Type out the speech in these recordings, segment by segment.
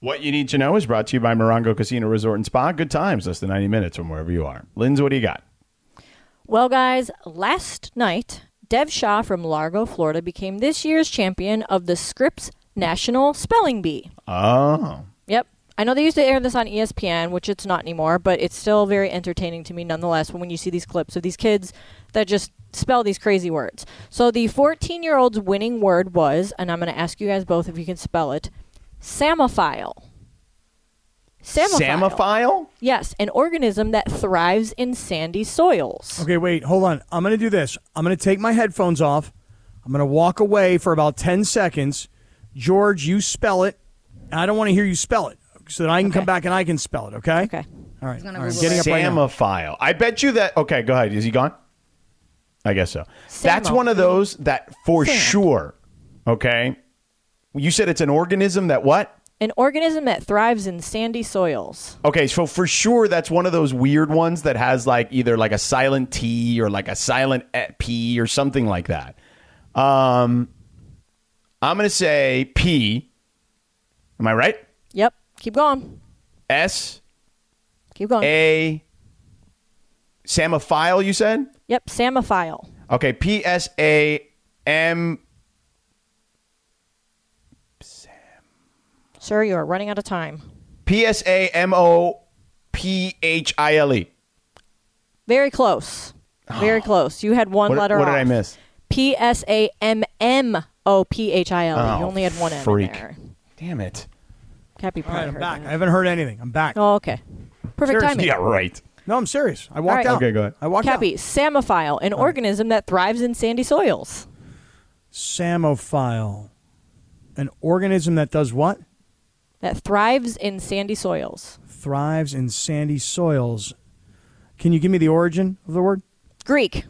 What you need to know is brought to you by Morongo Casino Resort and Spa. Good times, less than 90 minutes from wherever you are. Linz, what do you got? Well, guys, last night, Dev Shaw from Largo, Florida became this year's champion of the Scripps National Spelling Bee. Oh, Yep. I know they used to air this on E ESPN, which it's not anymore, but it's still very entertaining to me nonetheless when you see these clips of these kids that just spell these crazy words. So the 14 year old's winning word was, and I'm going to ask you guys both if you can spell it, samophile. Samophile. Samophile? Yes, an organism that thrives in sandy soils. Okay, wait, hold on. I'm going to do this. I'm going to take my headphones off. I'm going to walk away for about 10 seconds. George, you spell it. I don't want to hear you spell it so that I can come back and I can spell it, okay? Okay. All right. gonna All right. I'm Google getting up right now. Samophile. I bet you that. Okay, go ahead. Is he gone? I guess so. That's Samo. one of those that for Sam. sure. Okay. You said it's an organism that what? An organism that thrives in sandy soils. Okay, so for sure that's one of those weird ones that has like either like a silent T or like a silent e- P or something like that. Um, I'm gonna say P. Am I right? Yep. Keep going. S Keep going. A. Samophile, you said. Yep, samophile. Okay, P S A M. Sir, you are running out of time. P S A M O P H I L E. Very close. Very close. You had one Ah. What- letter what did I off. miss? P S A M M O P H I L E. You Oh, only had one M freak. in there. Damn it. Happy All right, I'm Pride. back. I haven't heard anything. I'm back. Oh, okay. Perfect timing. Yeah, right. No, I'm serious. I walked right. out. Okay, go ahead. I walked Cappy, out. samophile, Oh. an organism that thrives in sandy soils. Samophile. An organism that does what? That thrives in sandy soils. Thrives in sandy soils. Can you give me the origin of the word? Greek.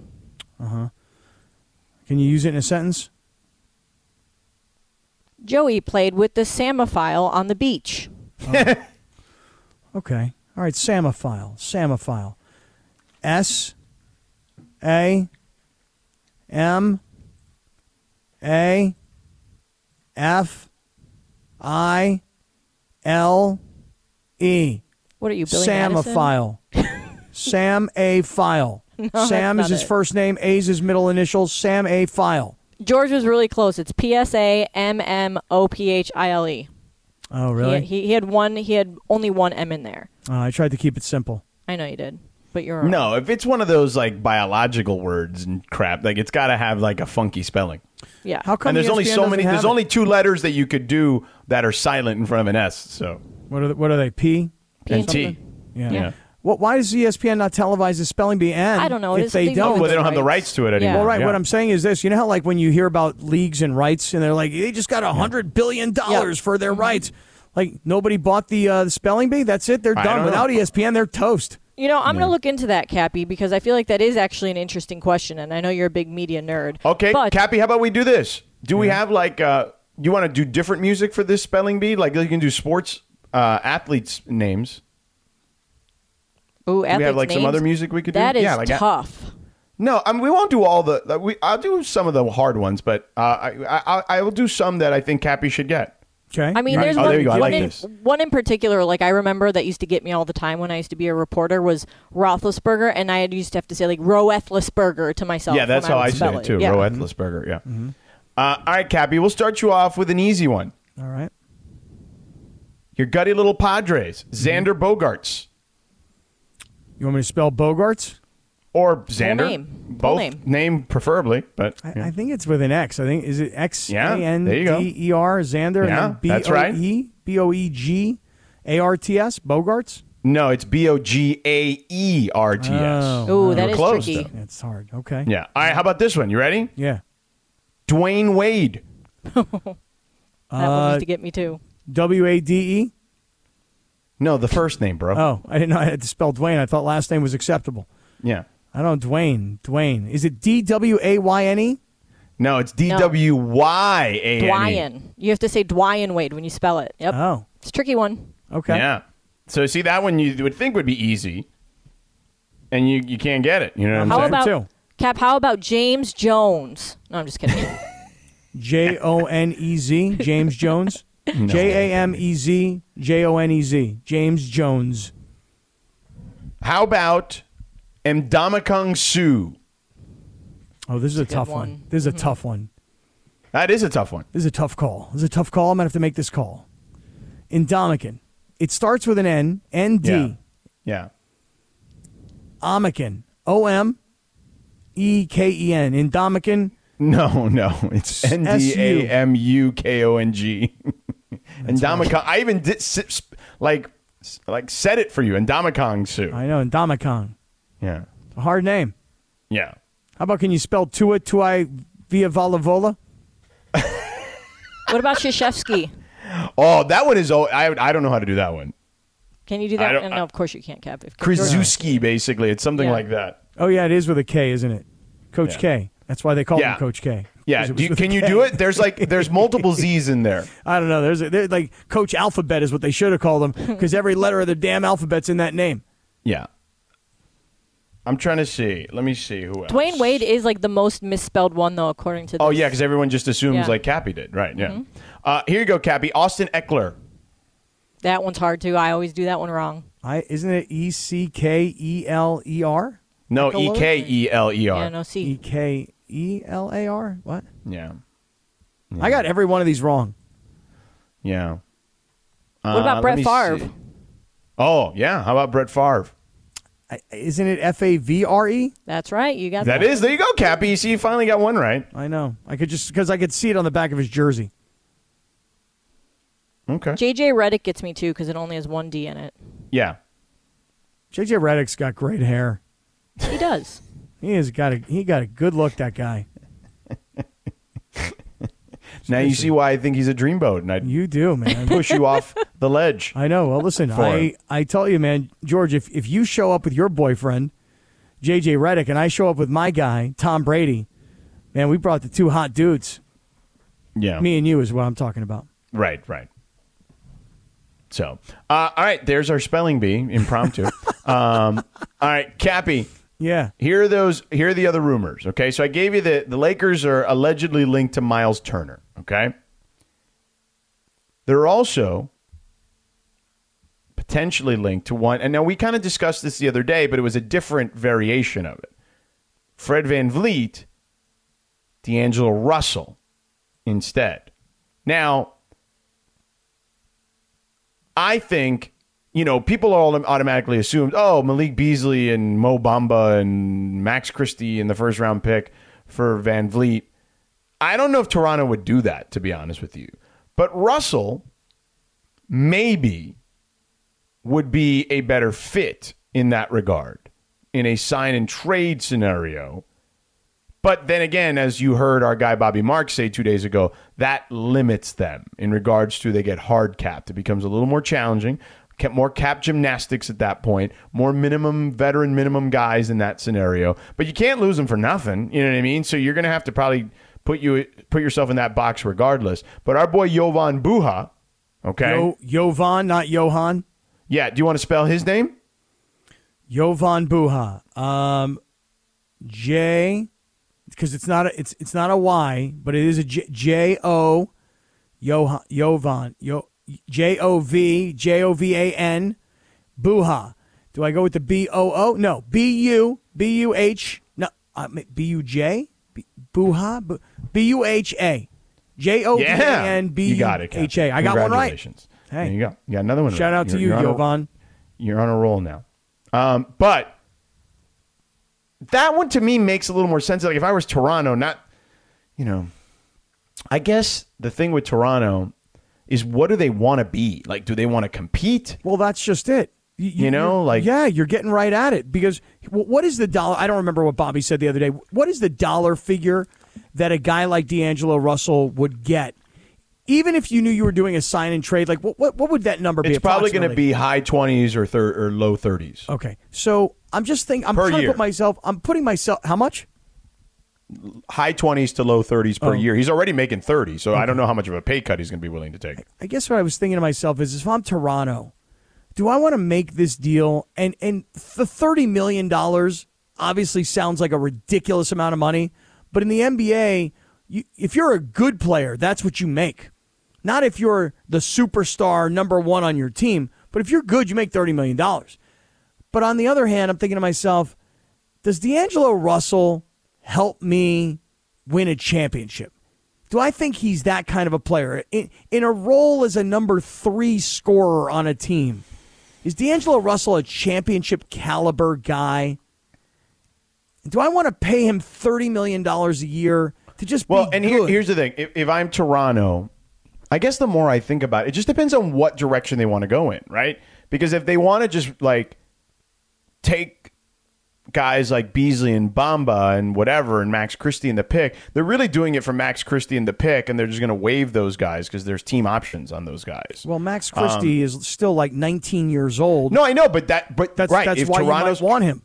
Can you use it in a sentence? Joey played with the samophile on the beach. Okay. All right. Samophile. Samophile. S A M A F I L E. What are you, Billy Madison? Samophile. Sam A File. Sam is that's not his it. first name. A's his middle initial. Sam A File. George was really close. It's P S A M M O P H I L E. Oh, He- really? He, he had one. He had only one M in there. Oh, I tried to keep it simple. I know you did, but you're wrong. No, if it's one of those like biological words and crap, like it's got to have like a funky spelling. Yeah. How come E and there's ESPN only so doesn't many. have There's it? only two letters that you could do that are silent in front of an S. So What are they, what are they? P? P and and T. Yeah. Yeah. What, why does E ESPN not televise the spelling bee? And I don't know. It if is- they they don't. know Well, they don't have the rights Rights. to it anymore. Yeah. All right. Yeah. What I'm saying is this: you know how, like, when you hear about leagues and rights, and they're like, they just got a hundred billion dollars for their Mm-hmm. rights. Like nobody bought the uh, the spelling bee. That's it. They're I done. don't Without E know. ESPN, they're toast. You know, I'm going to look into that, Cappy, because I feel like that is actually an interesting question, and I know you're a big media nerd. Okay, but Cappy, how about we do this? Do we have like uh you want to do different music for this spelling bee? Like you can do sports uh athletes names. ooh, Do we have athletes' like some names? other music we could do? That is Yeah, like a- tough. No, I mean, we won't do all the. like, We I'll do some of the hard ones, but uh, I, I I will do some that I think Cappy should get. Okay. I mean, there's Oh, one, there you go. I one like in, this. one in particular, like I remember that used to get me all the time when I used to be a reporter was Roethlisberger, and I had used to have to say like Roethlisberger to myself. yeah, that's when how would I spell say it too. Yeah. Mm-hmm. Roethlisberger. Yeah. Uh, all right, Cappy, we'll start you off with an easy one. All right. Your gutty little Padres, Mm-hmm. Xander Bogarts You want me to spell Bogarts? or Xander, name. Full both name. preferably, but I, yeah. I think it's with an X. I think is it X A Yeah, N there you go. D E R Xander Yeah, and then B that's right. O E B O E G A R T S Bogarts. no, it's B O G A E R T S. Oh. Ooh, You that were is close, tricky. though. That's hard. Okay. Yeah. All right. How about this one? You ready? Yeah. Dwayne Wade. That one Uh, used to get me too. W A D E. No, the first name, bro. Oh, I didn't know I had to spell Dwayne. I thought last name was acceptable. Yeah. I don't know, Dwayne. Dwayne. Is it D W A Y N E? No, it's D W Y A N. E. Dwyan. You have to say Dwyan Wade when you spell it. Yep. Oh, It's a tricky one. okay. Yeah. So see that one you would think would be easy, and you you can't get it. You know what I'm How saying? about too. Cap? How about James Jones? No, I'm just kidding. J O N E Z, James Jones. J A M E Z J O N E Z. James Jones. How about Mdamakung Su? Oh, this is a, good tough one. one. Mm-hmm. This is a tough one. That is a tough one. This is a tough call. This is a tough call. I'm gonna have to make this call. Indomitian. It starts with an N. N D. Yeah. Omican. O M E K E N. Indomitian. No, no. It's N D A M U K O N G. Indomicon. I even did s- s- like s- like said it for you. Indomicon Su. I know. Indomicon. Yeah. It's a hard name. Yeah. How about can you spell Tua Tuai via Valavola? What about Shashevsky? Oh, that one is. Oh, I I don't know how to do that one. Can you do I that? don't- No, I- of course you can't, Kev. If Krzyzewski, basically. It's something Yeah. like that. Oh yeah, it is with a K, isn't it? Coach Yeah. K. That's why they call Yeah. him Coach K. Yeah. 'Cause Do it was you, with a can you K. do it? There's like there's multiple Z's in there. I don't know. There's a, there- like Coach Alphabet is what they should have called him because every letter of the damn alphabet's in that name. Yeah. I'm trying to see. Let me see who else. Dwayne Wade is like the most misspelled one though, according to. This. Oh yeah, because everyone just assumes Yeah. Mm-hmm. like Cappy did, right? Yeah. Uh, here you go, Cappy. Austin Eckler. that one's hard too. I always do that one wrong. I isn't it E C K E L E R No, E Eckler? K E L E Yeah, R. no, E see, K E L A R? What? Yeah. I got every one of these wrong. Yeah. Uh, What about let Brett me Favre? see. Oh yeah, how about Brett Favre? I, isn't it F A V R E? that's right. You got That is. There you go, Cappy. You see, you finally got one right. I know. I could just because I could see it on the back of his jersey. Okay. JJ Reddick gets me too because it only has one D in it. yeah. JJ Reddick's got great hair. He does. He has got a he got a good look. That guy. Now you see why I think he's a dreamboat, and I'd You do, man. push you off the ledge. I know. Well, listen, For him. I, I tell you, man, George, if, if you show up with your boyfriend, JJ Reddick, and I show up with my guy, Tom Brady, man, we brought the two hot dudes. Yeah. Me and you is what I'm talking about. Right, right. So, uh, all right, there's our spelling bee impromptu. um, all right, Cappy, Yeah. here are those here are the other rumors, okay? So I gave you the the Lakers are allegedly linked to Miles Turner, okay? There are also potentially linked to one and now we kind of discussed this the other day, but it was a different variation of it. Fred Van Vliet, D'Angelo Russell instead. Now, I think, you know, people all automatically assumed, oh, Malik Beasley and Mo Bamba and Max Christie in the first round pick for Van Vliet. I don't know if Toronto would do that, to be honest with you. But Russell maybe would be a better fit in that regard in a sign and trade scenario. But then again, as you heard our guy Bobby Marks say two days ago, that limits them in regards to they get hard capped. It becomes a little more challenging, Ca- more cap gymnastics at that point, more minimum veteran minimum guys in that scenario. But you can't lose them for nothing. You know what I mean? So you're going to have to probably put you put yourself in that box regardless. But our boy Jovan Buha, okay, Yo, Jovan, not Johan. yeah. Do you want to spell his name? Jovan Buha. Um, J, because it's not a it's it's not a Y, but it is a J, J O, Johan, Jovan, Yo, J O V, J O V A N, Buha. Do I go with the B O O? No, B U B U H. No, uh, B U J, B- Buha, Bu- B U H A, J O V A Yeah, N B you U got it. Cap. H A. I got one right. Congratulations. Hey. there you go. You got another one. Shout right. out to You're- you, you're on a- Jovan. you're on a roll now. Um, but that one to me makes a little more sense. Like if I was Toronto, not you know, I guess the thing with Toronto is what do they want to be? Like, do they want to compete? Well, that's just it. You know, you're- like- yeah, you're getting right at it because wh- what is the dollar? I don't remember what Bobby said the other day. What is the dollar figure that a guy like D'Angelo Russell would get, even if you knew you were doing a sign and trade? Like, what what, what would that number be? It's probably going to approximately? be high twenties or thir- or low thirties, okay. So I'm just thinking. I'm Per trying year. to put myself. I'm putting myself. How much? high twenties to low thirties Oh. per year. He's already making thirty, so I don't know how much of a pay cut he's going to be willing to take. I guess what I was thinking to myself is if I'm Toronto, do I want to make this deal? And and the thirty million dollars obviously sounds like a ridiculous amount of money, but in the NBA, you, if you're a good player, that's what you make. Not if you're the superstar number one on your team, but if you're good, you make $30 million. But on the other hand, I'm thinking to myself, does D'Angelo Russell help me win a championship? Do I think he's that kind of a player? In, in a role as a number three scorer on a team, is D'Angelo Russell a championship caliber guy? Do I want to pay him $30 million a year to just Well, be and here, good? here's the thing: if, if I'm Toronto, I guess the more I think about it, it just depends on what direction they want to go in, right? Because if they want to just like take guys like Beasley and Bamba and whatever and Max Christie in the pick, they're really doing it for Max Christie in the pick, and they're just going to waive those guys because there's team options on those guys. Well, Max Christie is still like 19 years old. Um, no, I know, but that but that's right. that's if why Toronto's you might want him.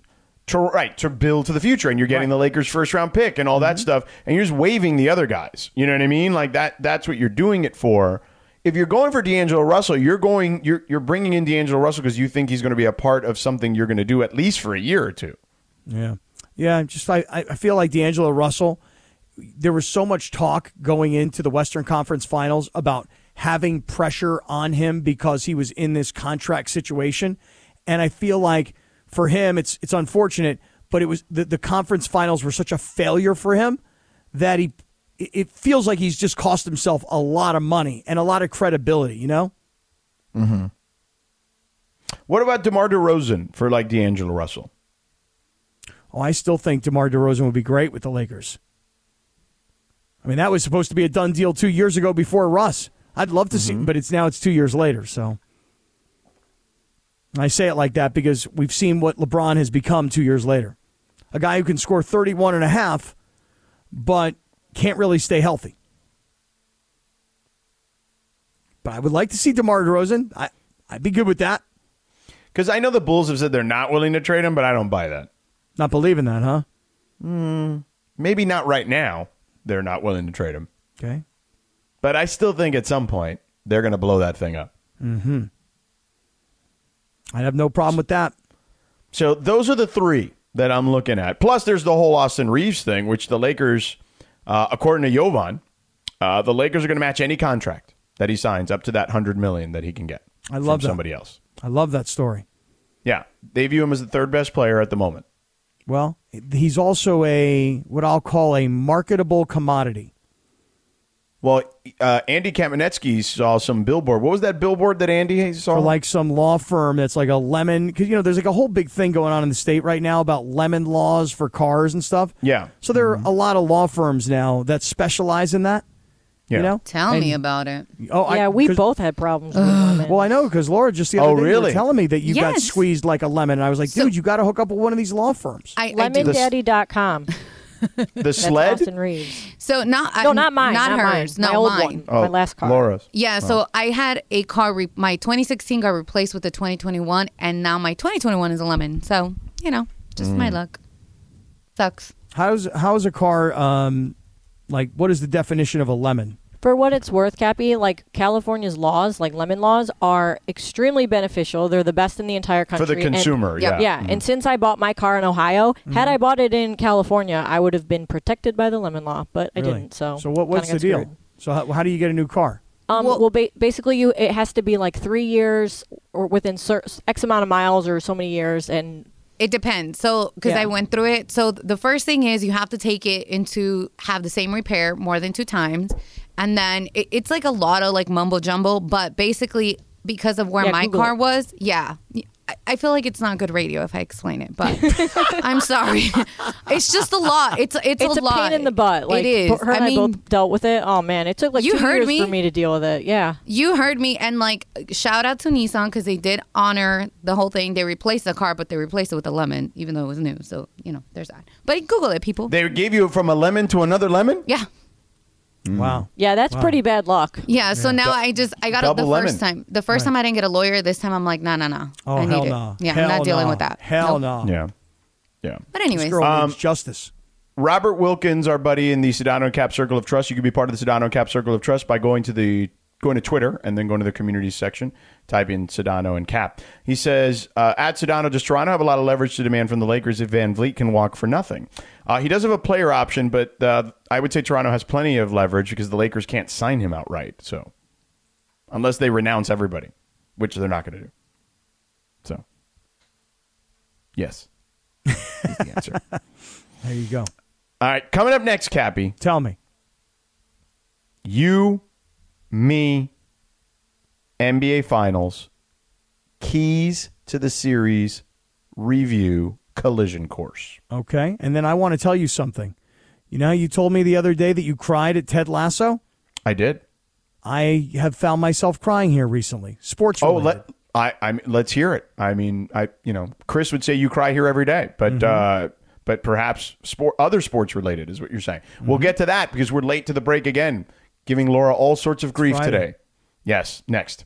to, right to build to the future and you're getting the Lakers first round pick and all that stuff and you're just waving the other guys. You know what I mean? Like that that's what you're doing it for. If you're going for D'Angelo Russell, you're going you're you're bringing in D'Angelo Russell because you think he's going to be a part of something you're going to do at least for a year or two. Yeah, yeah. I'm Just I, I I feel like D'Angelo Russell. There was so much talk going into the Western Conference Finals about having pressure on him because he was in this contract situation, and I feel like for him, it's it's unfortunate, but it was the, the conference finals were such a failure for him that he it- it feels like he's just cost himself a lot of money and a lot of credibility. You know. What about DeMar DeRozan for like D'Angelo Russell? Oh, I still think DeMar DeRozan would be great with the Lakers. I mean, that was supposed to be a done deal two years ago before Russ. I'd love to see, but it's now it's two years later. So And I say it like that because we've seen what LeBron has become two years later. A guy who can score 31 and a half, but can't really stay healthy. But I would like to see DeMar DeRozan. I, I'd be good with that. Because I know the Bulls have said they're not willing to trade him, but I don't buy that. Not believing that, huh? Maybe not right now. They're not willing to trade him, Okay. but I still think at some point they're going to blow that thing up. I'd have no problem with that. So those are the three that I'm looking at. Plus, there's the whole Austin Reeves thing, which the Lakers, uh, according to Jovan, uh, the Lakers are going to match any contract that he signs up to that hundred million that he can get. I love from that. somebody else. I love that story. Yeah, they view him as the third best player at the moment. Well, he's also a what I'll call a marketable commodity. Well, uh, Andy Kamenetsky saw some billboard. What was that billboard that Andy saw? Or like some law firm that's like a lemon because you know there's like a whole big thing going on in the state right now about lemon laws for cars and stuff. Yeah. Mm-hmm. So there are a lot of law firms now that specialize in that. Yeah. You know? Tell me about it. Oh, I- yeah, we 'cause- both had problems with women. Well, I know because Laura just the Oh, other day you were really? telling me that you got Yes. squeezed like a lemon, and I was like, So- dude, you got to hook up with one of these law firms. I, I do. LemonDaddy.com. the That's sled. Austin Reeves. So not uh, No, not mine. Not, Not, hers. Mine. Not my old mine. one. Oh. my last car. Oh, Laura's. Yeah, so I had a car. Re- my 2016 got replaced with a 2021, and now my 2021 is a lemon. So you know, just my Mm. luck. Sucks. How's how's a car? Um, like, what is the definition of a lemon? For what it's worth, Cappy, like California's laws, like lemon laws, are extremely beneficial. They're the best in the entire country. the And- consumer, yeah. Yeah. And since I bought my car in Ohio, had I bought it in California, I would have been protected by the lemon law, but I Really? didn't. So, so what, kinda what's the got deal? screwed. So how, how do you get a new car? Um, Well- well, ba- basically, you it has to be like three years or within cer- x amount of miles or so many years, and It depends. So, because Yeah. I went through it. So, th- the first thing is you have to take it into have the same repair more than two times. And then it, it's like a lot of like mumbo jumbo, but basically, because of where Yeah, my Google car it. was, yeah. I- I feel like it's not good radio if I explain it, but I'm sorry. It's just a lot. It's it's, it's a, a lot. pain in the butt. Like it is. bo- her and I I, mean, both dealt with it. Oh man, it took like You two heard years me. for me to deal with it. Yeah. You heard me, and like shout out to Nissan because they did honor the whole thing. They replaced the car, but they replaced it with a lemon, even though it was new. So you know, there's that. But Google it, people. They gave you from a lemon to another lemon. yeah, Mm. Wow. Yeah, that's pretty bad luck. yeah. So now I just I got it the Double lemon. first time. The first time I didn't get a lawyer. This time I'm like, nah, nah, nah. Oh I need hell it. no! Yeah, Hell I'm not dealing no. with that. Hell Nope. no! Yeah, yeah. But This anyways, girl Um, needs justice. Robert Wilkins, our buddy in the Sedano Cap Circle of Trust. You can be part of the Sedano Cap Circle of Trust by going to the going to Twitter and then going to the community section. Type in Sedano and Cap. He says uh, at Sedano does Toronto have a lot of leverage to demand from the Lakers if Van Vliet can walk for nothing. Uh, he does have a player option, but uh, I would say Toronto has plenty of leverage because the Lakers can't sign him outright. So unless they renounce everybody, which they're not going to do. So, yes, is the answer. All There you go. right, coming up next, Cappy, Tell me. you, me, NBA Finals, keys to the series review collision course. Okay. And then I want to tell you something. You know, how you told me the other day that you cried at Ted Lasso. I did. I have found myself crying here recently. Sports. Oh, related. let I I mean, let's hear it. I mean, I you know, Chris would say you cry here every day, but uh, but perhaps sport other sports related is what you're saying. We'll get to that because we're late to the break again, giving Laura all sorts of grief Friday. today. Yes, next.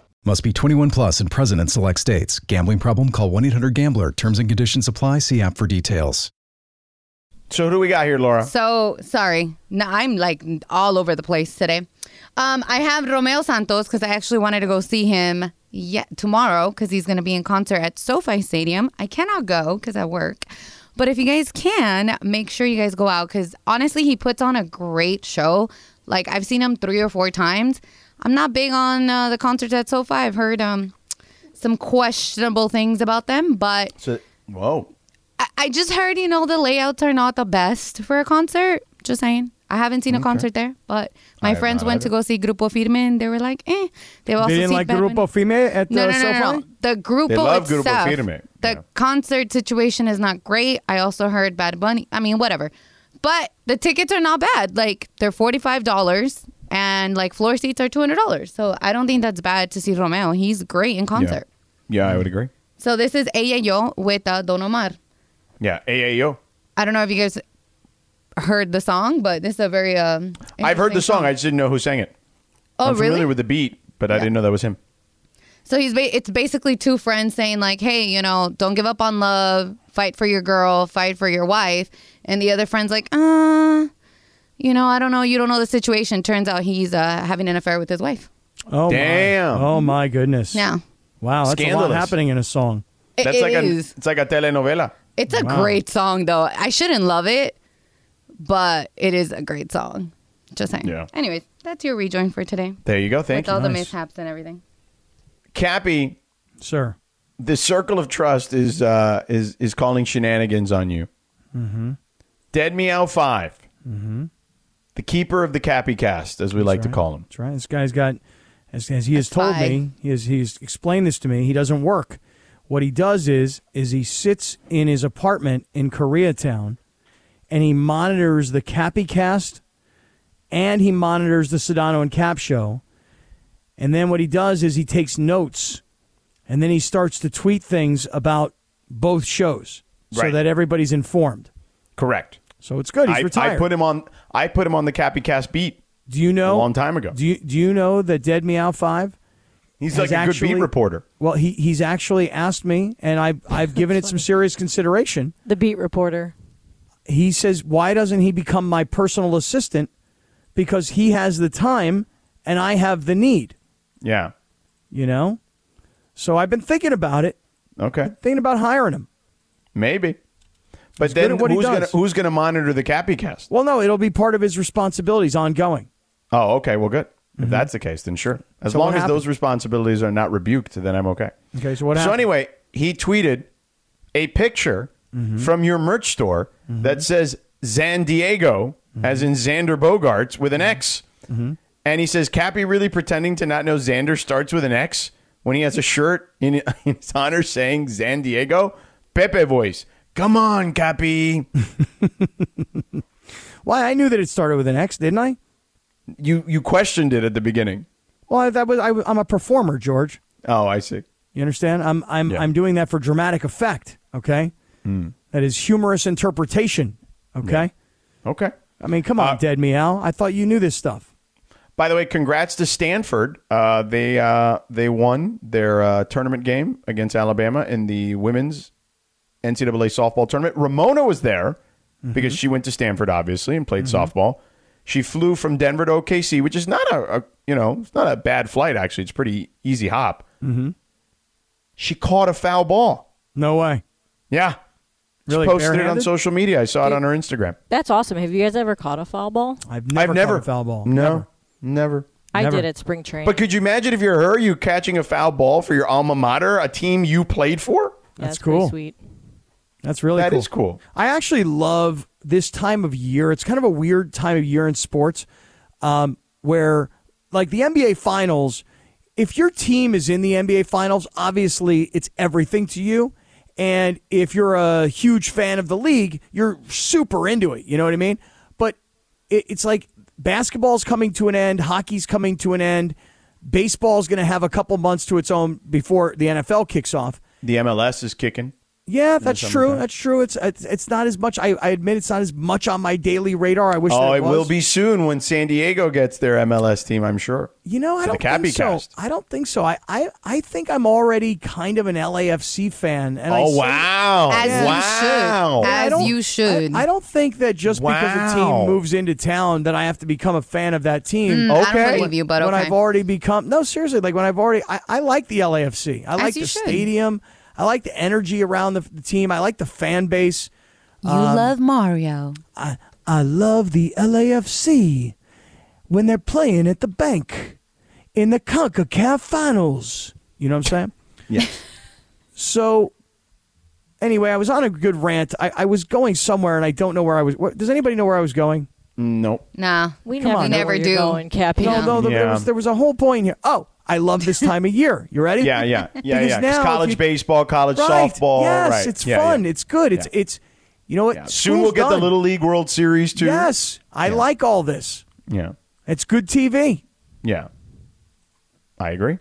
Must be 21 plus and present in select states. Gambling problem? Call 1 800 Gambler. Terms and conditions apply. See app for details. So who do we got here, Laura? So sorry. No, I'm like all over the place today. Um, I have Romeo Santos because I actually wanted to go see him yet tomorrow because he's going to be in concert at SoFi Stadium. I cannot go because I work. But if you guys can, make sure you guys go out because honestly, he puts on a great show. Like I've seen him three or four times. I'm not big on uh, the concerts at SoFi. I've heard um, some questionable things about them, but So, whoa, I- I just heard, you know, the layouts are not the best for a concert. Just saying. I haven't seen a concert there, but my friends went to go see Grupo Firme and they were like, eh. They, also They didn't seen like Bad Bunny. Grupo Firme at No, uh, no, no, no, SoFi? no. The Grupo They love Grupo itself. Firme. The Yeah. concert situation is not great. I also heard Bad Bunny. I mean, whatever. But the tickets are not bad. Like, they're $45 and like floor seats are $200. So I don't think that's bad to see Romeo. He's great in yeah, concert. yeah, I would agree. So this is Ella Yo with uh, Don Omar. Yeah, AAO. I don't know if you guys heard the song, but this is a very. Um, I've heard the interesting song. I just didn't know who sang it. oh, I'm familiar really? with the beat, but I Yeah. didn't know that was him. so he's ba- it's basically two friends saying like, "Hey, you know, don't give up on love. Fight for your girl. Fight for your wife." And the other friend's like, "Uh, you know, I don't know. You don't know the situation." Turns out he's uh, having an affair with his wife. Oh, Damn. My. Oh my goodness. Yeah, Wow, that's a lot Scandalous. happening in a song. it, it like is. a it's like a telenovela. It's a Wow. great song though. I shouldn't love it, but it is a great song. Just saying. Yeah. Anyways, that's your rejoin for today. There you go. With Thank you, all the Nice. mishaps and everything. Cappy. Sir. the circle of trust is uh, is is calling shenanigans on you. Mm-hmm. Dead Meow 5 Mm-hmm. the keeper of the Cappy Cast, as we like to call him. That's right. This guy's got, as, as he has told five. me, he has, he's explained this to me. He doesn't work. What he does is, is he sits in his apartment in Koreatown, and he monitors the Cappy Cast, and he monitors the Sedano and Cap show, and then what he does is he takes notes, and then he starts to tweet things about both shows, so Right. that everybody's informed. Correct. So it's good. He's I, retired. I put him on. I put him on the Cappy Cast beat. do you know a long time ago. Do you do you know that Dead Meow Five? He's has like a good actually- beat reporter. Well, he he's actually asked me, and I I've given it some serious consideration. The beat reporter. He says, why doesn't he become my personal assistant? Because he has the time, and I have the need. Yeah. You know, so I've been thinking about it, Okay. thinking about hiring him. Maybe. But good then at what he who's gonna does. who's gonna monitor the Cappy Cast? Well, no, it'll be part of his responsibilities ongoing. Oh, okay. Well, good. If that's the case, then sure. As Mm-hmm. So long what as happened? those responsibilities are not rebuked, then I'm okay. Okay, so what So happened? anyway, he tweeted Mm-hmm. a picture from your merch store that says San Diego Mm-hmm. as in Xander Bogarts with an X. And he says Cappy really pretending to not know Xander starts with an X when he has a shirt in, in his honor saying San Diego. Pepe voice. Come on, Cappy. Why I knew that it started with an X, didn't I? you you questioned it at the beginning. Well, I, that was I, am a performer, George. Oh, I see. You understand? I'm I'm I'm doing that for dramatic effect. Okay, that is humorous interpretation. Okay, Okay. I mean, come Uh, on, dead meow. I thought you knew this stuff. By the way, congrats to Stanford. Uh, they uh, they won their uh, tournament game against Alabama in the women's NCAA softball tournament. Ramona was there because she went to Stanford, obviously, and played softball. She flew from Denver to OKC, which is not a, a you know it's not a bad flight actually. It's pretty easy hop. Mm-hmm. She caught a foul ball. No way. Yeah, Really she posted it on barehanded? social media. I saw it on her Instagram. That's awesome. Have you guys ever caught a foul ball? I've never I've never caught a foul ball. No, Never. never. I Never. did at spring training. But could you imagine if you're her, you catching a foul ball for your alma mater, a team you played for? Yeah, That's it's pretty cool. Sweet. That's really That cool. is cool. I actually love this time of year. It's kind of a weird time of year in sports um, where, like, the NBA Finals, if your team is in the NBA Finals, obviously it's everything to you. And if you're a huge fan of the league, you're super into it. You know what I mean? But it, it's like basketball's coming to an end, hockey's coming to an end, baseball's going to have a couple months to its own before the NFL kicks off. The MLS is kicking. Yeah, that's true. That's true. It's it's it's not as much. I, I admit it's not as much on my daily radar. I wish. Oh, that it, it, was. will be soon when San Diego gets their MLS team, I'm sure. You know, I For the don't think so. Cappycast. I don't think so. I, I I think I'm already kind of an LAFC fan. And I Oh, say- wow. As you wow. should. I As don't- you should. I, I don't think that just because a Wow. team moves into town that I have to become a fan of that team. Hmm, I don't believe you, but when okay. I've already become no seriously, like when I've already I, I like the LAFC. I like you the should. stadium. I like the energy around the, the team. I like the fan base. you Um, love Mario. I, I love the LAFC when they're playing at the bank in the CONCACAF finals. You know what I'm saying? Yes. So, anyway, I was on a good rant. I, I was going somewhere and I don't know where I was. What, does anybody know where I was going? Mm, Nope. Nah. We Come never, on. know Never where you're do. Going, Cappy. No, no, there, there Yeah. was, there was a whole point here. Oh, I love this time of year. You ready? Yeah, yeah. Yeah, Because yeah. 'Cause now if college you- baseball, college Right. softball. Yes, right. it's Yeah, fun. yeah. It's good. It's, it's, you know what? Yeah. Soon we'll School's get the done. Little League World Series, too. Yes, I like all this. Yeah. It's good TV. Yeah. I agree.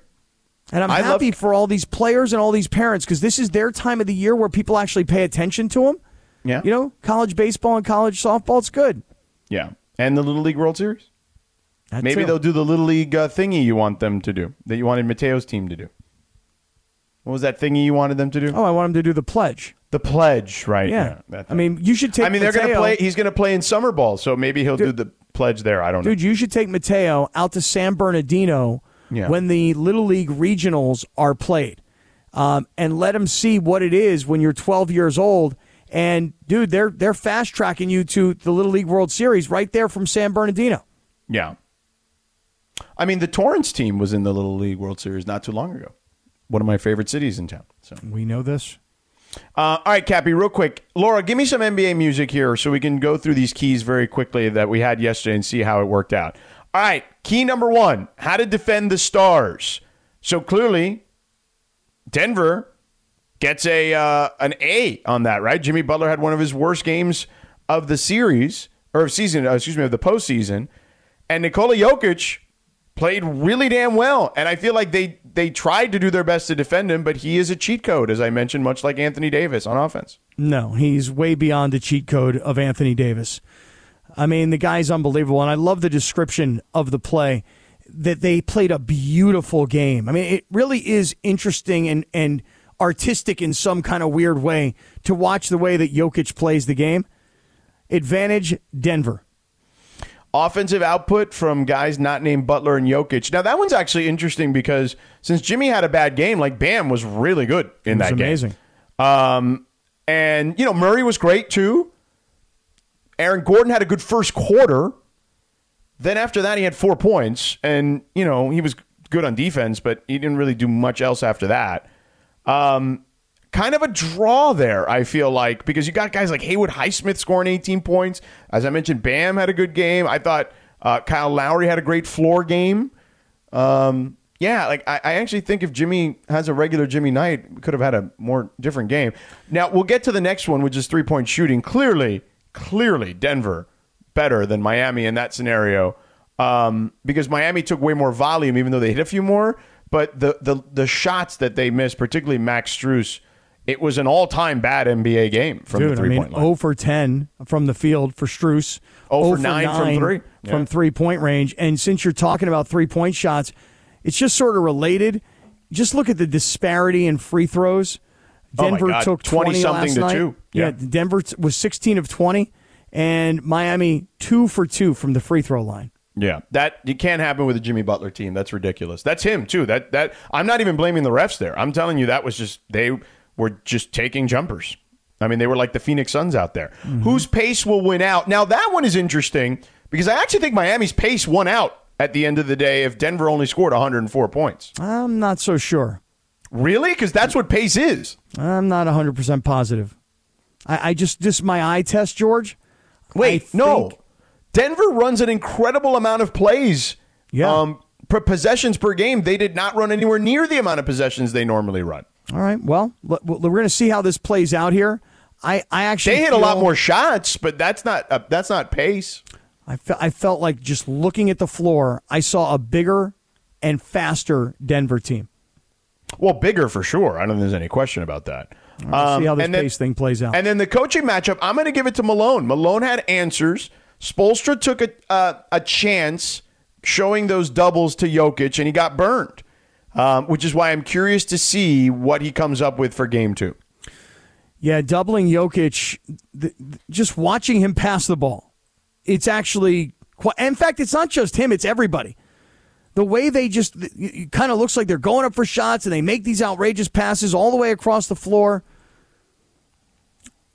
And I'm I love- happy for all these players and all these parents because this is their time of the year where people actually pay attention to them. Yeah. You know, college baseball and college softball, it's good. Yeah. And the Little League World Series. That Maybe too. they'll do the little league uh, thingy you want them to do that you wanted Mateo's team to do. What was that thingy you wanted them to do? Oh, I want them to do the pledge. The pledge, right? Yeah. that I thing. mean, you should take I mean, they're gonna Mateo- play. He's gonna play in summer ball, so maybe he'll do the pledge there. I don't Dude, you should take Mateo out to San Bernardino Yeah. when the Little League regionals are played um, and let him see what it is when you're 12 years old. And, dude, they're, they're fast tracking you to the Little League World Series right there from San Bernardino. know. Yeah. I mean, the Torrance team was in the little league World Series not too long ago. One of my favorite cities in town. So, We know this. uh, all right, Cappy, real quick, Laura, give me some NBA music here so we can go through these keys very quickly that we had yesterday and see how it worked out. All right, key number one: how to defend the stars. So clearly, Denver gets a uh, an A on that, right? Jimmy Butler had one of his worst games of the series or of season, uh, excuse me, of the postseason, and Nikola Jokic played really damn well. And I feel like they they tried to do their best to defend him, but he is a cheat code, as I mentioned, much like Anthony Davis on offense. No, he's way beyond the cheat code of Anthony Davis. I mean, the guy's unbelievable, and I love the description of the play that they played a beautiful game. I mean, it really is interesting and and artistic in some kind of weird way to watch the way that Jokic plays the game. Advantage Denver. offensive output from guys not named Butler and Jokic. Now that one's actually interesting because since Jimmy had a bad game, like Bam was really good in was that game. amazing. Um, and you know Murray was great too. Aaron Gordon had a good first quarter. Then after that, he had four points, and you know he was good on defense, but he didn't really do much else after that. Um, Kind of a draw there, I feel like, because you got guys like Haywood Highsmith scoring 18 points. As I mentioned, Bam had a good game. I thought uh, Kyle Lowry had a great floor game. Um, yeah, like I, I actually think if Jimmy has a regular Jimmy night, we could have had a more different game. Now we'll get to the next one, which is three point shooting. Clearly, clearly Denver better than Miami in that scenario um, because Miami took way more volume, even though they hit a few more. But the the the shots that they missed, particularly Max Struess, it was an all time bad NBA game from the Dude, I three mean, point line. 0 for 10 from the field for Struess. 0 for 9 from three. From Yeah. three point range. And since you're talking about three point shots, it's just sort of related. Just look at the disparity in free throws. Oh my Denver God, took 20 20-something last to night. two. Yeah. Yeah. Denver t- was 16 of 20, and Miami 2 for 2 from the free throw line. Yeah, that you can't happen with a Jimmy Butler team. That's ridiculous. That's him too. That that I'm not even blaming the refs there. I'm telling you that was just they were just taking jumpers. I mean, they were like the Phoenix Suns out there. Mm-hmm. Whose pace will win out? Now that one is interesting because I actually think Miami's pace won out at the end of the day if Denver only scored 104 points. I'm not so sure. Really? Because that's what pace is. I'm not 100% positive. I, I just, this my eye test, George. Wait, I no. think- Denver runs an incredible amount of plays. um, Yeah. per possessions per game, they did not run anywhere near the amount of possessions they normally run. All right. Well, l- well, we're going to see how this plays out here. I, I actually They hit a lot feel- more shots, but that's not uh, that's not pace. I, fe- I felt like just looking at the floor, I saw a bigger and faster Denver team. Well, bigger for sure. I don't think there's any question about that. We'll see how this Um, and then- pace thing plays out. And then the coaching matchup, I'm going to give it to Malone. Malone had answers. Spolstra took a uh, a chance showing those doubles to Jokic, and he got burned, um, which is why I'm curious to see what he comes up with for game two. yeah, doubling Jokic, th- th- just watching him pass the ball. It's actually quite. In fact, it's not just him; it's everybody. The way they just th- it kind of looks like they're going up for shots, and they make these outrageous passes all the way across the floor.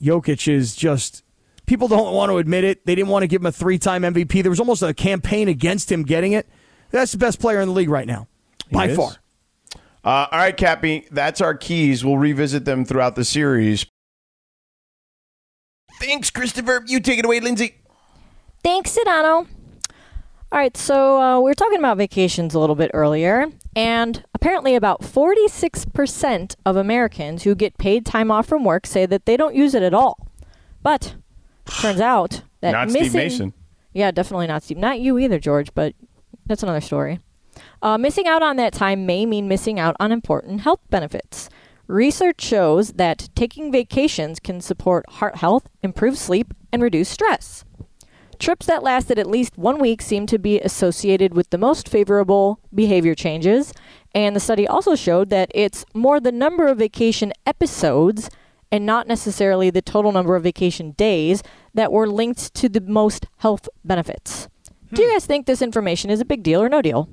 Jokic is just people don't want to admit it. They didn't want to give him a three-time MVP. There was almost a campaign against him getting it. That's the best player in the league right now, by is. far. Uh, all right, Cappy, that's our keys. We'll revisit them throughout the series. Thanks, Christopher. You take it away, Lindsay. Thanks, Sedano. All right, so uh, we were talking about vacations a little bit earlier, and apparently, about 46% of Americans who get paid time off from work say that they don't use it at all. But turns out that Not Steve missing, Mason. yeah, definitely not Steve, not you either, George. But that's another story. Uh, missing out on that time may mean missing out on important health benefits. Research shows that taking vacations can support heart health, improve sleep, and reduce stress. Trips that lasted at least one week seem to be associated with the most favorable behavior changes, and the study also showed that it's more the number of vacation episodes and not necessarily the total number of vacation days that were linked to the most health benefits. Do you guys think this information is a big deal or no deal?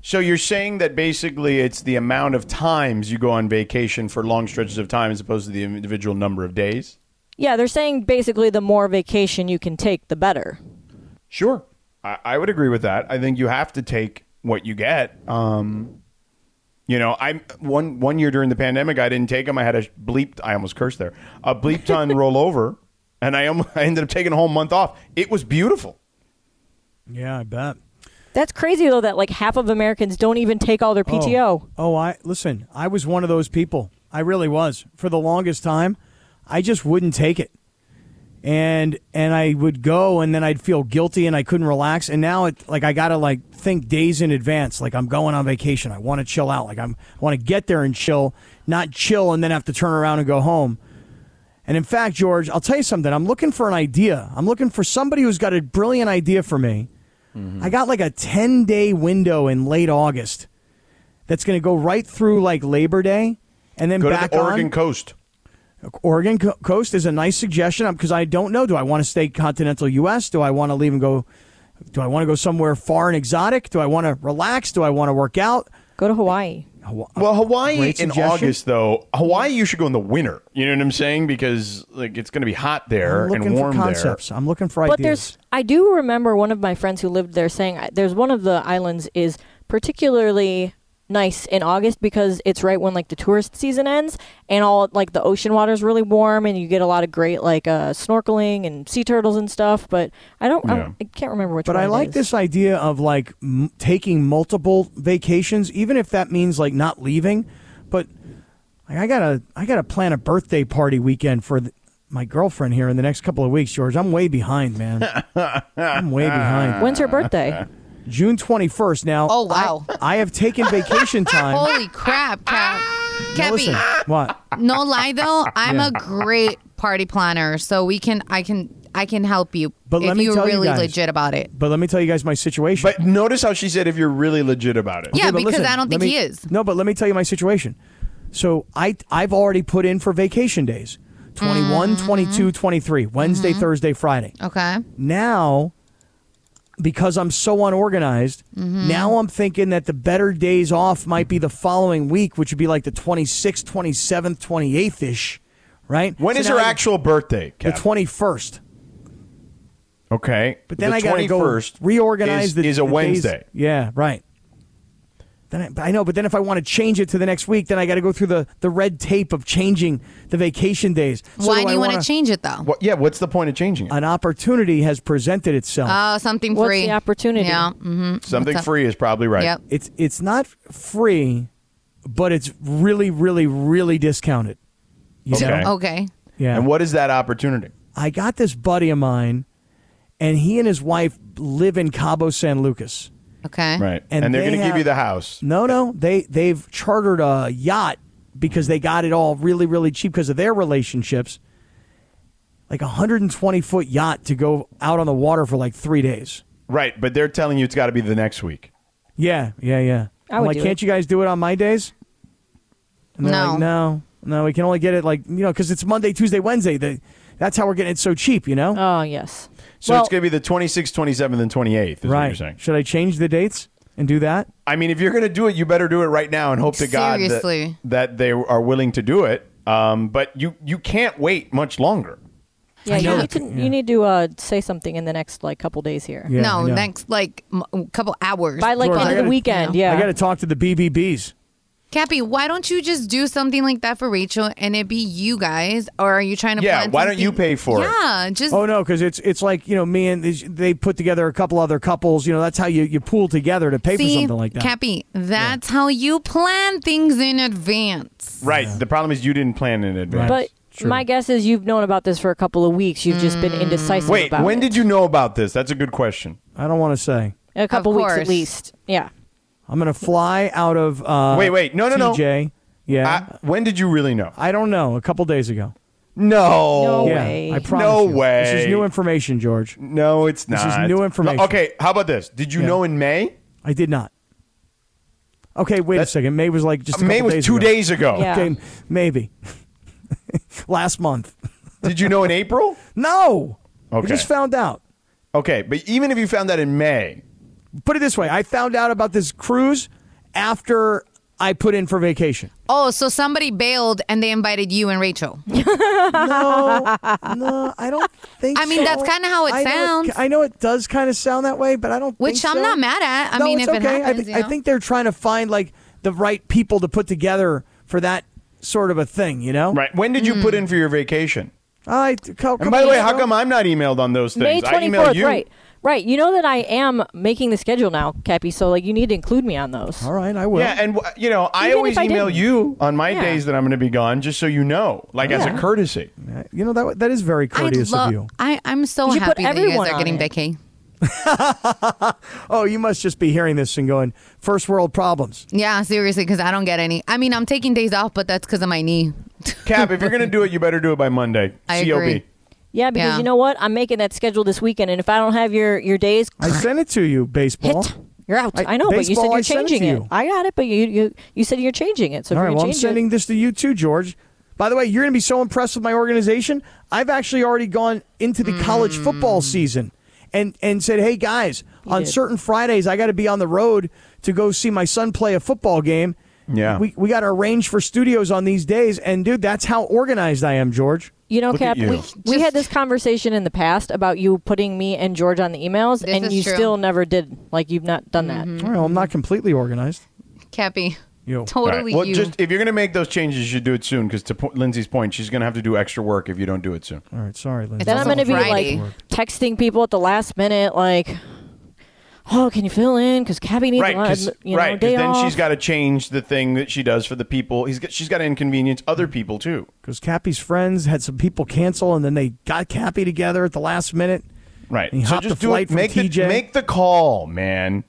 So you're saying that basically it's the amount of times you go on vacation for long stretches of time as opposed to the individual number of days? Yeah, they're saying basically the more vacation you can take, the better. Sure. I, I would agree with that. I think you have to take what you get. Um, you know, I'm one one year during the pandemic, I didn't take them. I had a bleep. I almost cursed there. A bleep ton rollover, and I, almost, I ended up taking a whole month off. It was beautiful. Yeah, I bet. That's crazy though that like half of Americans don't even take all their PTO. Oh, I listen. I was one of those people. I really was for the longest time. I just wouldn't take it, and and I would go, and then I'd feel guilty, and I couldn't relax. And now it like I gotta like think days in advance. Like I'm going on vacation. I want to chill out. Like I'm I want to get there and chill, not chill and then have to turn around and go home. And in fact, George, I'll tell you something. I'm looking for an idea. I'm looking for somebody who's got a brilliant idea for me. I got like a 10 day window in late August that's going to go right through like Labor Day and then Go back to the Oregon on. coast. Oregon co- coast is a nice suggestion because I don't know. Do I want to stay continental U.S.? Do I want to leave and go? Do I want to go somewhere far and exotic? Do I want to relax? Do I want to work out? Go to Hawaii. Well, Hawaii Great in suggestion. August though. Hawaii, you should go in the winter. You know what I'm saying? Because like it's going to be hot there I'm looking and warm for there. concepts. I'm looking for But ideas. there's, I do remember one of my friends who lived there saying I- there's one of the islands is particularly nice in August because it's right when like the tourist season ends and all like the ocean water is really warm and you get a lot of great like uh, snorkeling and sea turtles and stuff. But I don't, I, don't- I can't remember which. But one I it like is. this idea of like m- taking multiple vacations, even if that means like not leaving. But like, I gotta, I gotta plan a birthday party weekend for th- my girlfriend here in the next couple of weeks, George. I'm way behind, man. I'm way behind. When's her birthday? June 21st. Now, Oh, wow. I, I have taken vacation time. Holy crap, Cap. Now, Cappy, listen, what? no lie though, I'm Yeah. a great party planner, so we can, I can, I can help you But if let me you're tell you really guys. legit about it. But let me tell you guys my situation. But notice how she said if you're really legit about it. Yeah, Okay, but because listen, I don't let think me- he is. No, but let me tell you my situation. So I I've already put in for vacation days. 21, Mm-hmm. 22, 23, Wednesday, Thursday, Friday. Okay. Now because I'm so unorganized, Mm-hmm. now I'm thinking that the better days off might be the following week, which would be like the 26th, 27th, 28th ish, right? When So is now her I- actual birthday? The Cap? 21st. okay, But then the I gotta go 21st reorganize is, the is a the days- Wednesday. Yeah, right. Then I, but I know, but then if I want to change it to the next week, then I got to go through the, the red tape of changing the vacation days. So Why do I you want wanna- to change it though? What, yeah, what's the point of changing it? An opportunity has presented itself. Oh, something What's free. the opportunity? Yeah. Mm-hmm. Something what's up? free is probably right. Yep. it's it's not free, but it's really, really, really discounted. You Okay. know? Okay. Yeah. And what is that opportunity? I got this buddy of mine, and he and his wife live in Cabo San Lucas. Okay. And, And they're they going to give have- you the house. No, no, they they've chartered a yacht because they got it all really, really cheap because of their relationships. Like a hundred and twenty foot yacht to go out on the water for like three days. Right, but they're telling you it's got to be the next week. Yeah, yeah, yeah. I I'm would like, do can't it." you guys do it on my days? And they're No. like, no, no, we can only get it like you know because it's Monday, Tuesday, Wednesday. They, that's how we're getting it so cheap, you know. Oh yes. So well, it's going to be the 26th, 27th, and 28th, is what you're right? saying. Should I change the dates and do that? I mean, if you're going to do it, you better do it right now and hope to God that, Seriously. that they are willing to do it. Um, but you, you can't wait much longer. yeah, you know. need, to, you need to uh, say something in the next like couple days here. Yeah, I no, know. next like m- couple hours. By like George, I end of gotta- the weekend. Yeah. I got to talk to the BBBs. Cappy, why don't you just do something like that for Rachel and it be you guys? Or are you trying to Yeah, plan why don't you something- pay for it? Yeah, just Oh no, because it's it's like you know me and these- they put together a couple other couples. You know that's how you you pool together to pay see for something like that. Cappy, that's how you plan things in advance. Right. The problem is you didn't plan in advance. But my guess is you've known about this for a couple of weeks. You've just been indecisive Wait, about when it. did you know about this? That's a good question. I don't want to say. a couple Of weeks course. at least. Yeah. I'm gonna fly out of. Uh, Wait, wait. No, no, no. TJ. Yeah, I- when did you really know? I, don't know. A couple days ago. No. No yeah, way. I promise. No you. This is way. new information, George. No, it's This not. is new information. No, okay, how about this? Did you Yeah. know in May? I did not. Okay, wait a That- second. May was like just a May couple was two ago. days ago. Yeah. Okay, maybe last month. Did you know in April? No, I Okay. just found out. Okay, but even if you found that in May, Put it this way: I found out about this cruise after I put in for vacation. Oh, so somebody bailed and they invited you and Rachel. no, no, I don't think. I mean, so. that's kinda how it I know sounds. I know it does kind of sound that way, but I don't. Which think I'm so. not mad at. I no, mean, it's if it okay. I, happens, thi- you I know? think they're trying to find like the right people to put together for that sort of a thing. You know, right? When did you Mm. put in for your vacation? I, c- co- And by the way, how come I'm not emailed on those May things? I twenty emailed fourth, you. right. Right. You know that I am making the schedule now, Cappy, so like you need to include me on those. All right, I will. Yeah, and w- you know, I Even always if I email didn't. you on my Yeah. days that I'm going to be gone, just so you know, like as a Yeah. courtesy. you know that w- that is very I courteous love. of you. I, I'm so You should put happy that you everyone guys are on getting it. vacay. Oh, you must just be hearing this and going first world problems. Yeah, seriously, because I don't get any. I mean, I'm taking days off, but that's because of my knee. Cap, if you're going to do it, you better do it by Monday. I COB. agree. Yeah, because Yeah. you know what? I'm making that schedule this weekend and if I don't have your your days I sent it to you, baseball. hit, you're out. I- I, know, but you said baseball, you're I sent it to changing it, you. I got it, but you you, you said you're changing it. So All if right, you're well, I'm changing sending this to you too, George. By the way, you're going to be so impressed with my organization. I've actually already gone into the college Mm. football season and, and said, hey, guys, on did. certain Fridays, I got to be on the road to go see my son play a football game. Yeah. We, we got to arrange for studios on these days. And, dude, that's how organized I am, George. You know, Look at Cap, you. we, we had this conversation in the past about you putting me and George on the emails, This and is you true. Mm-hmm. still never did. Like, you've not done that. All right, well, I'm not completely organized. Can't be. You. Totally Well, you. just if you're going to make those changes, you should do it soon. Because to po- Lindsay's point, she's going to have to do extra work if you don't do it soon. All right, sorry, Lindsay. Then I'm also going to be Friday. like texting people at the last minute, like, "Oh, can you fill in? Because Cabby needs Right, a lot, 'cause- you know, right. 'cause day then off." she's got to change the thing that she does for the people. He's got, she's got to inconvenience other people too. Because Cappy's friends had some people cancel, and then they got Cappy together at the last minute. Right. And he so hopped just a do flight it. from Make TJ. the make the call, man.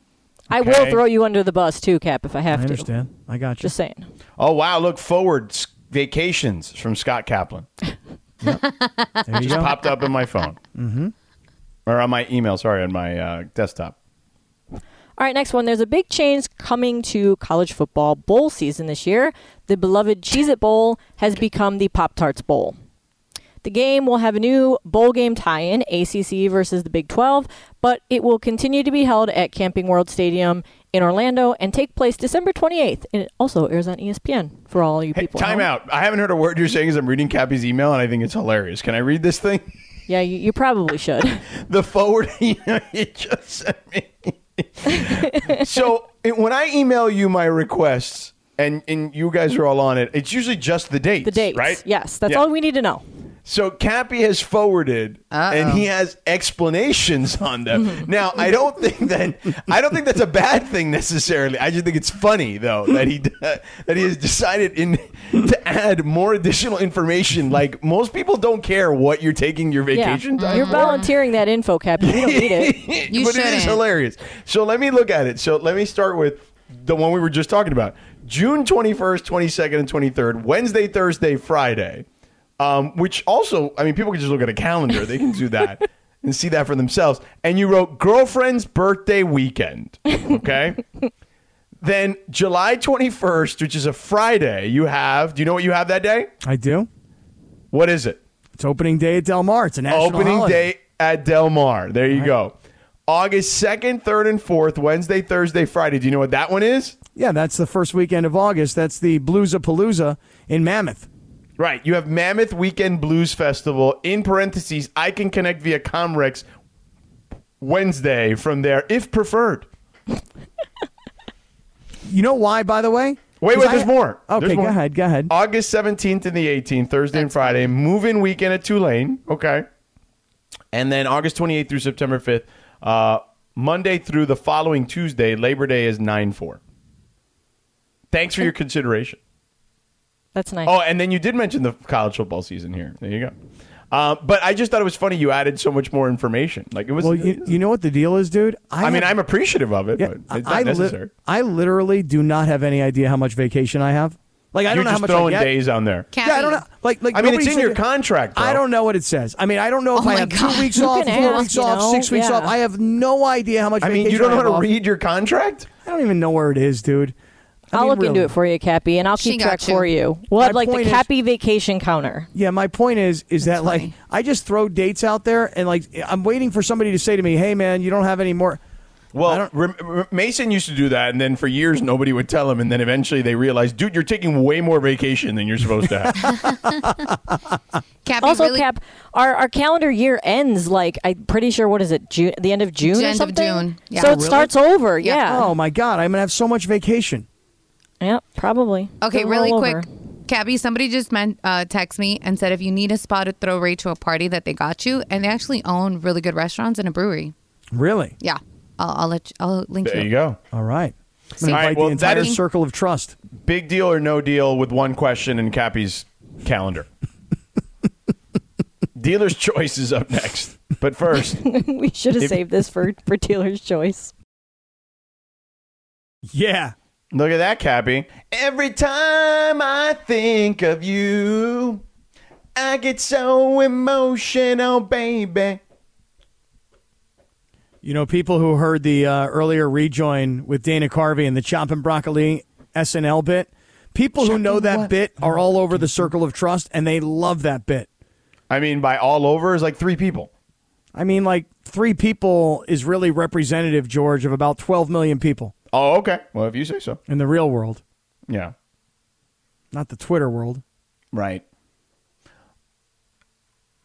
I okay. will throw you under the bus too, Cap, if I have I to. understand. I got you. Just saying. Oh wow! Look forward S- vacations from Scott Kaplan there you go. popped up in my phone mm-hmm. or on my email. Sorry, on my uh, desktop. All right, next one. There's a big change coming to college football bowl season this year. The beloved Cheez It Bowl has become the Pop Tarts Bowl. The game will have a new bowl game tie in, ACC versus the Big 12, but it will continue to be held at Camping World Stadium in Orlando and take place December 28th. And it also airs on E ESPN for all you Hey, people. at time home. out. I haven't heard a word you're saying as I'm reading Cappy's email, and I think it's hilarious. Can I read this thing? Yeah, you, you probably should. the forward email you just sent me. so it, when I email you my requests, and and you guys are all on it, it's usually just the dates. The dates. right? Yes, that's Yeah. all we need to know. So Cappy has forwarded, and he has explanations on them. now I don't think that I don't think that's a bad thing necessarily. I just think it's funny though that he that he has decided in to add more additional information. Like most people don't care what you're taking your Yeah. vacation time. You're for. volunteering that info, Cap. We don't need it. You but it shouldn't. is hilarious. So let me look at it. So let me start with the one we were just talking about. June 21st, 22nd, and 23rd, Wednesday, Thursday, Friday. Um, which also, I mean, people can just look at a calendar. They can do that and see that for themselves. And you wrote girlfriend's birthday weekend. Okay. then July 21st, which is a Friday, you have, do you know what you have that day? I do. What is it? It's opening day at Del Mar. It's a national opening holiday. day at Del Mar. There you go. August 2nd, 3rd, and 4th, Wednesday, Thursday, Friday. Do you know what that one is? Yeah, that's the first weekend of August. That's the Bluesa Palooza in Mammoth. Right. You have Mammoth Weekend Blues Festival. In parentheses, I can connect via Comrex Wednesday from there if preferred. You know why, by the way? Wait, 'Cause wait, I- there's more. Okay, There's go more. Oh. ahead. Go ahead. August 17th and the 18th, Thursday and Friday, move in weekend at Tulane. Okay. And then August 28th through September 5th, uh, Monday through the following Tuesday, Labor Day is 9 4. Thanks for your consideration. That's nice. Oh, and then you did mention the college football season here. There you go. Uh, but I just thought it was funny you added so much more information. Like it was. Well, you, you know what the deal is, dude? I mean, have- I'm appreciative of it, Yeah, but it's not I, li- necessary. I literally do not have any idea how much vacation I have. Like I You're don't know how just much I throwing get. days on there. Can't Yeah, I be. don't know. Like, like I mean, it's nobody's in your thinking- contract, I bro. don't know what it says. I mean, I don't know if Oh I my have God. two weeks You off, four can ask, weeks you off, know? six weeks Yeah. off. I have no idea how much. I mean, you vacation don't know how have to off. read your contract. I don't even know where it is, dude. I I'll mean, look into really. it for you, Cappy, and I'll She keep got track you. for you. We'll My have like the point is- Cappy vacation counter. Yeah, my point is, is that like I just throw dates out there, and like I'm waiting for somebody to say to me, "Hey, man, you don't have any more." I Well, don't- rem- rem- Mason used to do that, and then for years nobody would tell him, and then eventually they realized, dude, you're taking way more vacation than you're supposed to have. Cappy Also, really, Cap, our, our calendar year ends like I'm pretty sure. What is it? June, the end of June or The end of something. June. Yeah. So Oh, it really? starts over. Yeah. Yeah. Oh my God, I'm gonna have so much vacation. Yeah. Probably. Okay, It'll really roll quick. over. Cabby, somebody just meant, uh, text me and said if you need a spot to throw Rachel a party, that they got you, and they actually own really good restaurants and a brewery. Really? Yeah, I'll, I'll let you, I'll link there you. you go. All right. I'm See? gonna All right, invite well, the that entire is- circle of trust. Big deal or no deal with one question in Cappy's calendar. Dealer's choice is up next, but first. we should have If- saved this for for Taylor's choice. Yeah. Look at that, Cappy. Every time I think of you, I get so emotional, baby. You know, people who heard the uh, earlier rejoin with Dana Carvey and the Chop and Broccoli SNL bit, people who know that bit are all over the circle of trust and they love that bit. I mean, by all over is like three people. I mean, like, three people is really representative, George, of about 12 million people Oh, okay. Well, if you say so. in the real world, Yeah. not the Twitter world. Right.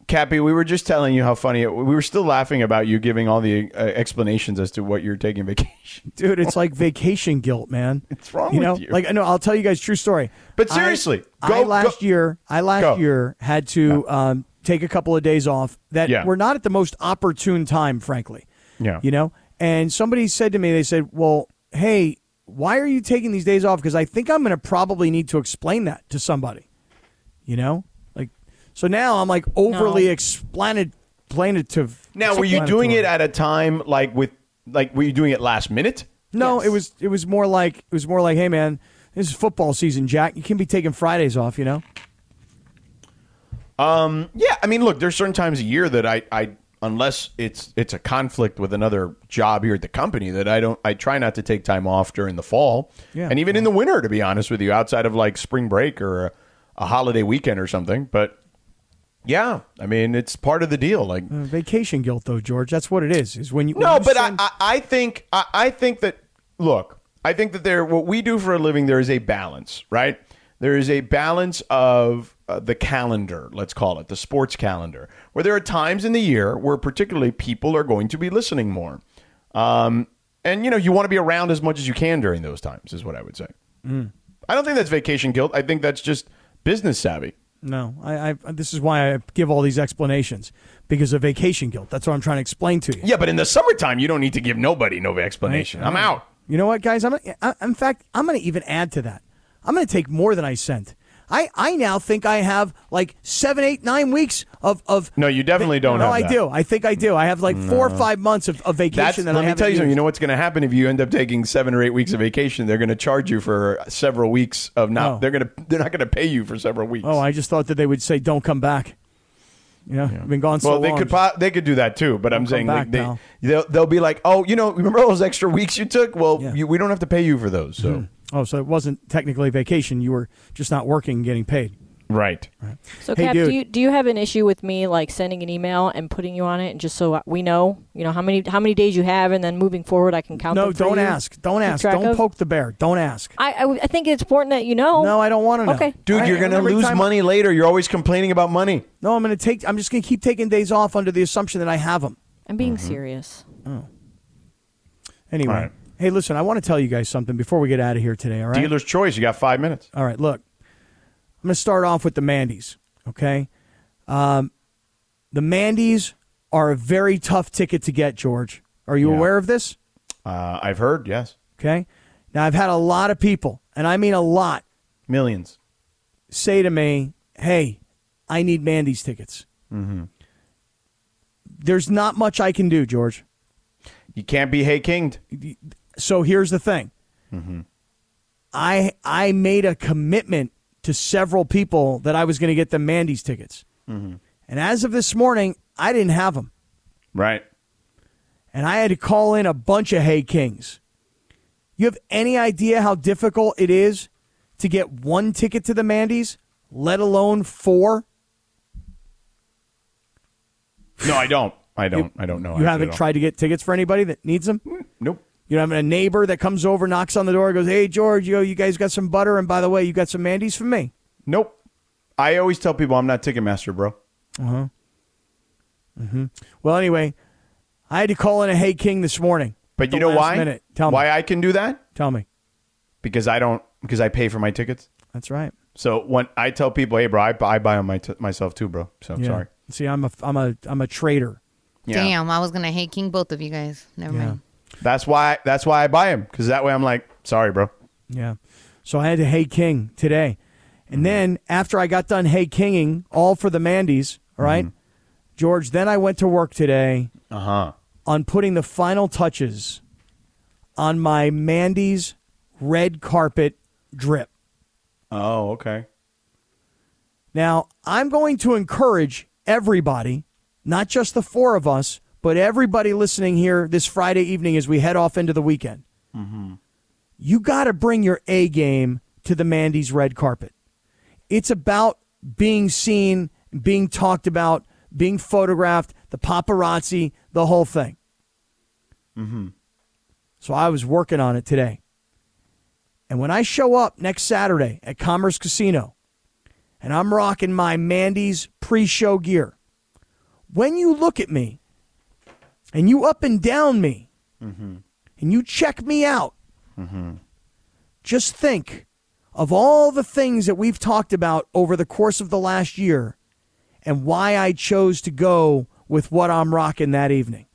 Cappy, we were just telling you how funny it. We were still laughing about you giving all the uh, explanations as to what you're taking vacation. dude. It's like vacation guilt, man. What's wrong you with know? you? Like, no, I'll tell you guys a true story. But I- seriously, I, go- last go- year, I last Go. year had to um, take a couple of days off that Yeah. were not at the most opportune time, frankly. Yeah. you know. And somebody said to me, they said, "Well, hey, why are you taking these days off? Because I think I'm going to probably need to explain that to somebody." You know, like so now I'm like overly explanatory. Planative. Now, were you doing it at a time like with like were you doing it last minute? No, it was it was more like it was more like, hey man, this is football season, Jack. You can be taking Fridays off, you know. Yeah, I mean, look, there's certain times a year that I, I unless it's it's a conflict with another job here at the company that I don't I try not to take time off during the fall. Yeah. and even in the winter, to be honest with you, outside of like spring break or a, a holiday weekend or something. But yeah, I mean, it's part of the deal. Like Uh, Vacation guilt, though, George. That's what it is. Is when you when no, you but I, send- I, I think I, I think that look, I think that there what we do for a living there is a balance, right? There is a balance of uh, the calendar, let's call it the sports calendar, where there are times in the year where particularly people are going to be listening more, um, and you know you want to be around as much as you can during those times is what I would say. I don't think that's vacation guilt. I think that's just business savvy. no, I, I this is why I give all these explanations because of vacation guilt. That's what I'm trying to explain to you. Yeah, but in the summertime, you don't need to give nobody no explanation. I'm out. You know what, guys? I'm gonna- I, in fact, I'm going to even add to that. I'm going to take more than I sent. I, I now think I have like seven, eight, nine weeks of of. No, you definitely don't No, have I that. do. I think I do. I have like four or five months of, of vacation. That's, that let I me haven't tell you something. You used. know what's going to happen if you end up taking seven or eight weeks of vacation? They're going to charge you for several weeks of not. Oh. They're going to. They're not going to pay you for several weeks. Oh, I just thought that they would say, "Don't come back." You know, I've been gone so well, they long. could. Po- they could do that too. But I'm come saying like, back now. they they'll, they'll be like, oh, you know, remember all those extra weeks you took? Well, Yeah. you, we don't have to pay you for those. So oh, so it wasn't technically vacation. You were just not working, and getting paid. right. So, Hey, Cap, dude. do you do you have an issue with me like sending an email and putting you on it, and just so we know, you know how many how many days you have, and then moving forward, I can count. No, them for don't you? ask. Don't Keep ask. track Don't of? poke the bear. Don't ask. I, I I think it's important that you know. No, I don't want to know. Okay. Dude, I- you're going to every lose time- money later. You're always complaining about money. No, I'm going to take. I'm just going to keep taking days off under the assumption that I have them. I'm being Mm-hmm. serious. Anyway, All right. hey, listen, I want to tell you guys something before we get out of here today. All right. Dealer's choice. You got five minutes. All right. Look, I'm going to start off with the Mandy's. Okay. Um, the Mandy's are a very tough ticket to get, George. Are you Yeah. aware of this? Uh, I've heard. Yes, Okay. Now, I've had a lot of people, and I mean a lot, millions. say to me, Hey, I need Mandy's tickets. Mm-hmm. There's not much I can do, George. You can't be hey kinged. So here's the thing I, I made a commitment to several people that I was going to get them Mandy's tickets. And as of this morning, I didn't have them. Right. and I had to call in a bunch of Hay Kings. You have any idea how difficult it is to get one ticket to the Mandy's, let alone four? No, I don't. I don't. Oh, I don't know. You actually haven't at all. tried to get tickets for anybody that needs them? Nope. You don't have a neighbor that comes over, knocks on the door, goes, Hey, George, yo, you guys got some butter? And by the way, you got some Mandy's for me. Nope. I always tell people I'm not Ticketmaster, bro. Well, anyway, I had to call in a Hay King this morning. But at the you know last why? Minute. Tell me. why I can do that? Tell me. Because I don't. Because I pay for my tickets. That's right. So when I tell people, "Hey, bro, I, I buy on my t- myself too, bro." So I'm Yeah. sorry. See, I'm a, I'm a, I'm a traitor. Yeah. Damn, I was gonna hate King both of you guys. Never mind. That's why. That's why I buy them. Because that way I'm like, sorry, bro. Yeah. So I had to Hey King today. And Mm-hmm. then after I got done Hey Kinging, all for the Mandy's, all right, Mm-hmm. George, then I went to work today Uh huh. on putting the final touches on my Mandy's red carpet drip. Oh, okay. Now, I'm going to encourage everybody, not just the four of us, but everybody listening here this Friday evening as we head off into the weekend. You got to bring your A game to the Mandy's red carpet. It's about being seen, being talked about, being photographed, the paparazzi, the whole thing. So I was working on it today. And when I show up next Saturday at Commerce Casino, and I'm rocking my Mandy's pre show gear. when you look at me and you up and down me Mm-hmm. and you check me out, just think of all the things that we've talked about over the course of the last year and why I chose to go with what I'm rocking that evening.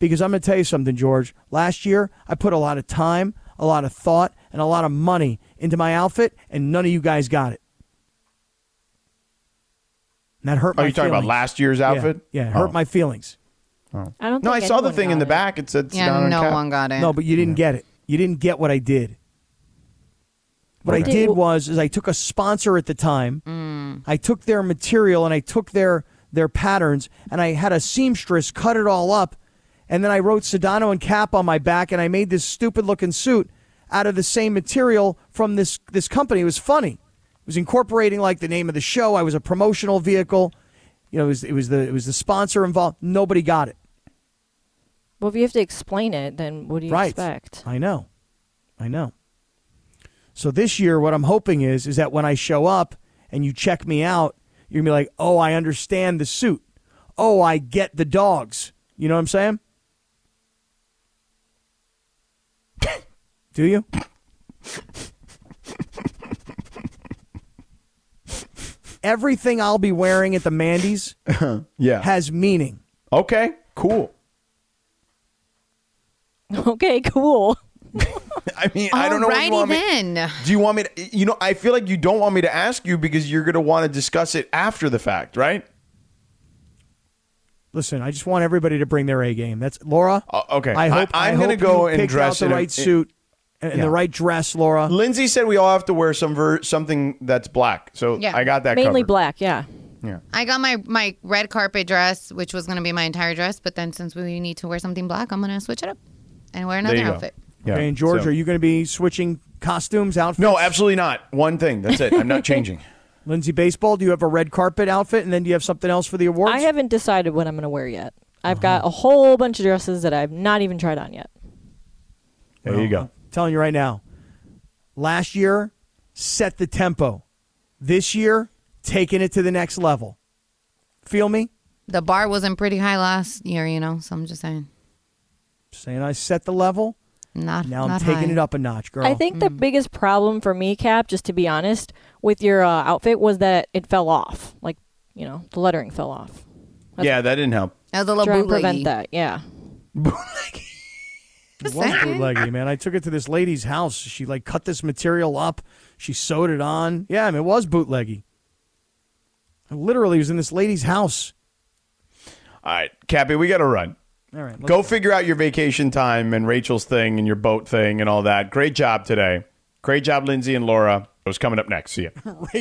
Because I'm going to tell you something, George. Last year, I put a lot of time, a lot of thought, and a lot of money into my outfit, and none of you guys got it. And that hurt my Are you talking about feelings. last year's Yeah, outfit? Yeah, it hurt Oh. my feelings. I don't. No, I think saw the anyone thing in got the it. back. It said Yeah, down on no cap. one got it. No, but you didn't get it. You didn't get what I did. What I Okay. did Did- was is I took a sponsor at the time. I took their material and I took their their patterns and I had a seamstress cut it all up and then I wrote Sedano and Cap on my back and I made this stupid looking suit out of the same material from this this company. It was funny. It was incorporating like the name of the show. I was a promotional vehicle. You know, it was it was the it was the sponsor involved. Nobody got it. Well, if you have to explain it, then what do you right. expect? I know. I know. So this year what I'm hoping is is that when I show up and you check me out, you're gonna be like, Oh, I understand the suit. Oh, I get the dogs. You know what I'm saying? Do you? Everything I'll be wearing at the Mandy's Yeah. has meaning. okay. Cool. Okay, cool. I mean, I don't know. What you Alrighty want me- then. do you want me to? You know, I feel like you don't want me to ask you because you're going to want to discuss it after the fact, right? Listen, I just want everybody to bring their A game. That's Laura. Uh, okay. I hope I- I, I'm hope gonna you go and picked dress out in the a- right in- suit and, and Yeah. the right dress, Laura. Lindsay said we all have to wear some ver- something that's black. So Yeah. I got that Mainly covered. black. Yeah. I got my my red carpet dress, which was gonna be my entire dress, but then since we need to wear something black, I'm gonna switch it up and wear There another you go. outfit. Yeah. Okay, and George, So- are you going to be switching costumes, outfits? No, absolutely not. One thing. That's it. I'm not changing. Lindsay Baseball, do you have a red carpet outfit, and then do you have something else for the awards? I haven't decided what I'm going to wear yet. I've got Uh-huh. a whole bunch of dresses that I've not even tried on yet. There you go. I'm telling you right now. Last year, set the tempo. This year, taking it to the next level. Feel me? The bar wasn't pretty high last year, you know, so I'm just saying. Saying I set the level. Not Now not I'm taking high. it up a notch, girl. I think the biggest problem for me, Cap, just to be honest, with your uh, outfit was that it fell off. Like, you know, the lettering fell off. yeah, that didn't help. That was a little Trying to bootleggy. prevent that. Yeah. was Just saying. bootleggy, man. I took it to this lady's house. She like cut this material up. She sewed it on. Yeah, I mean, it was bootleggy. I literally was in this lady's house. All right, Cappy, we got to run. All right, go figure out your vacation time and Rachel's thing and your boat thing and all that. Great job today. Great job, Lindsay and Laura. It was coming up next. See ya. go.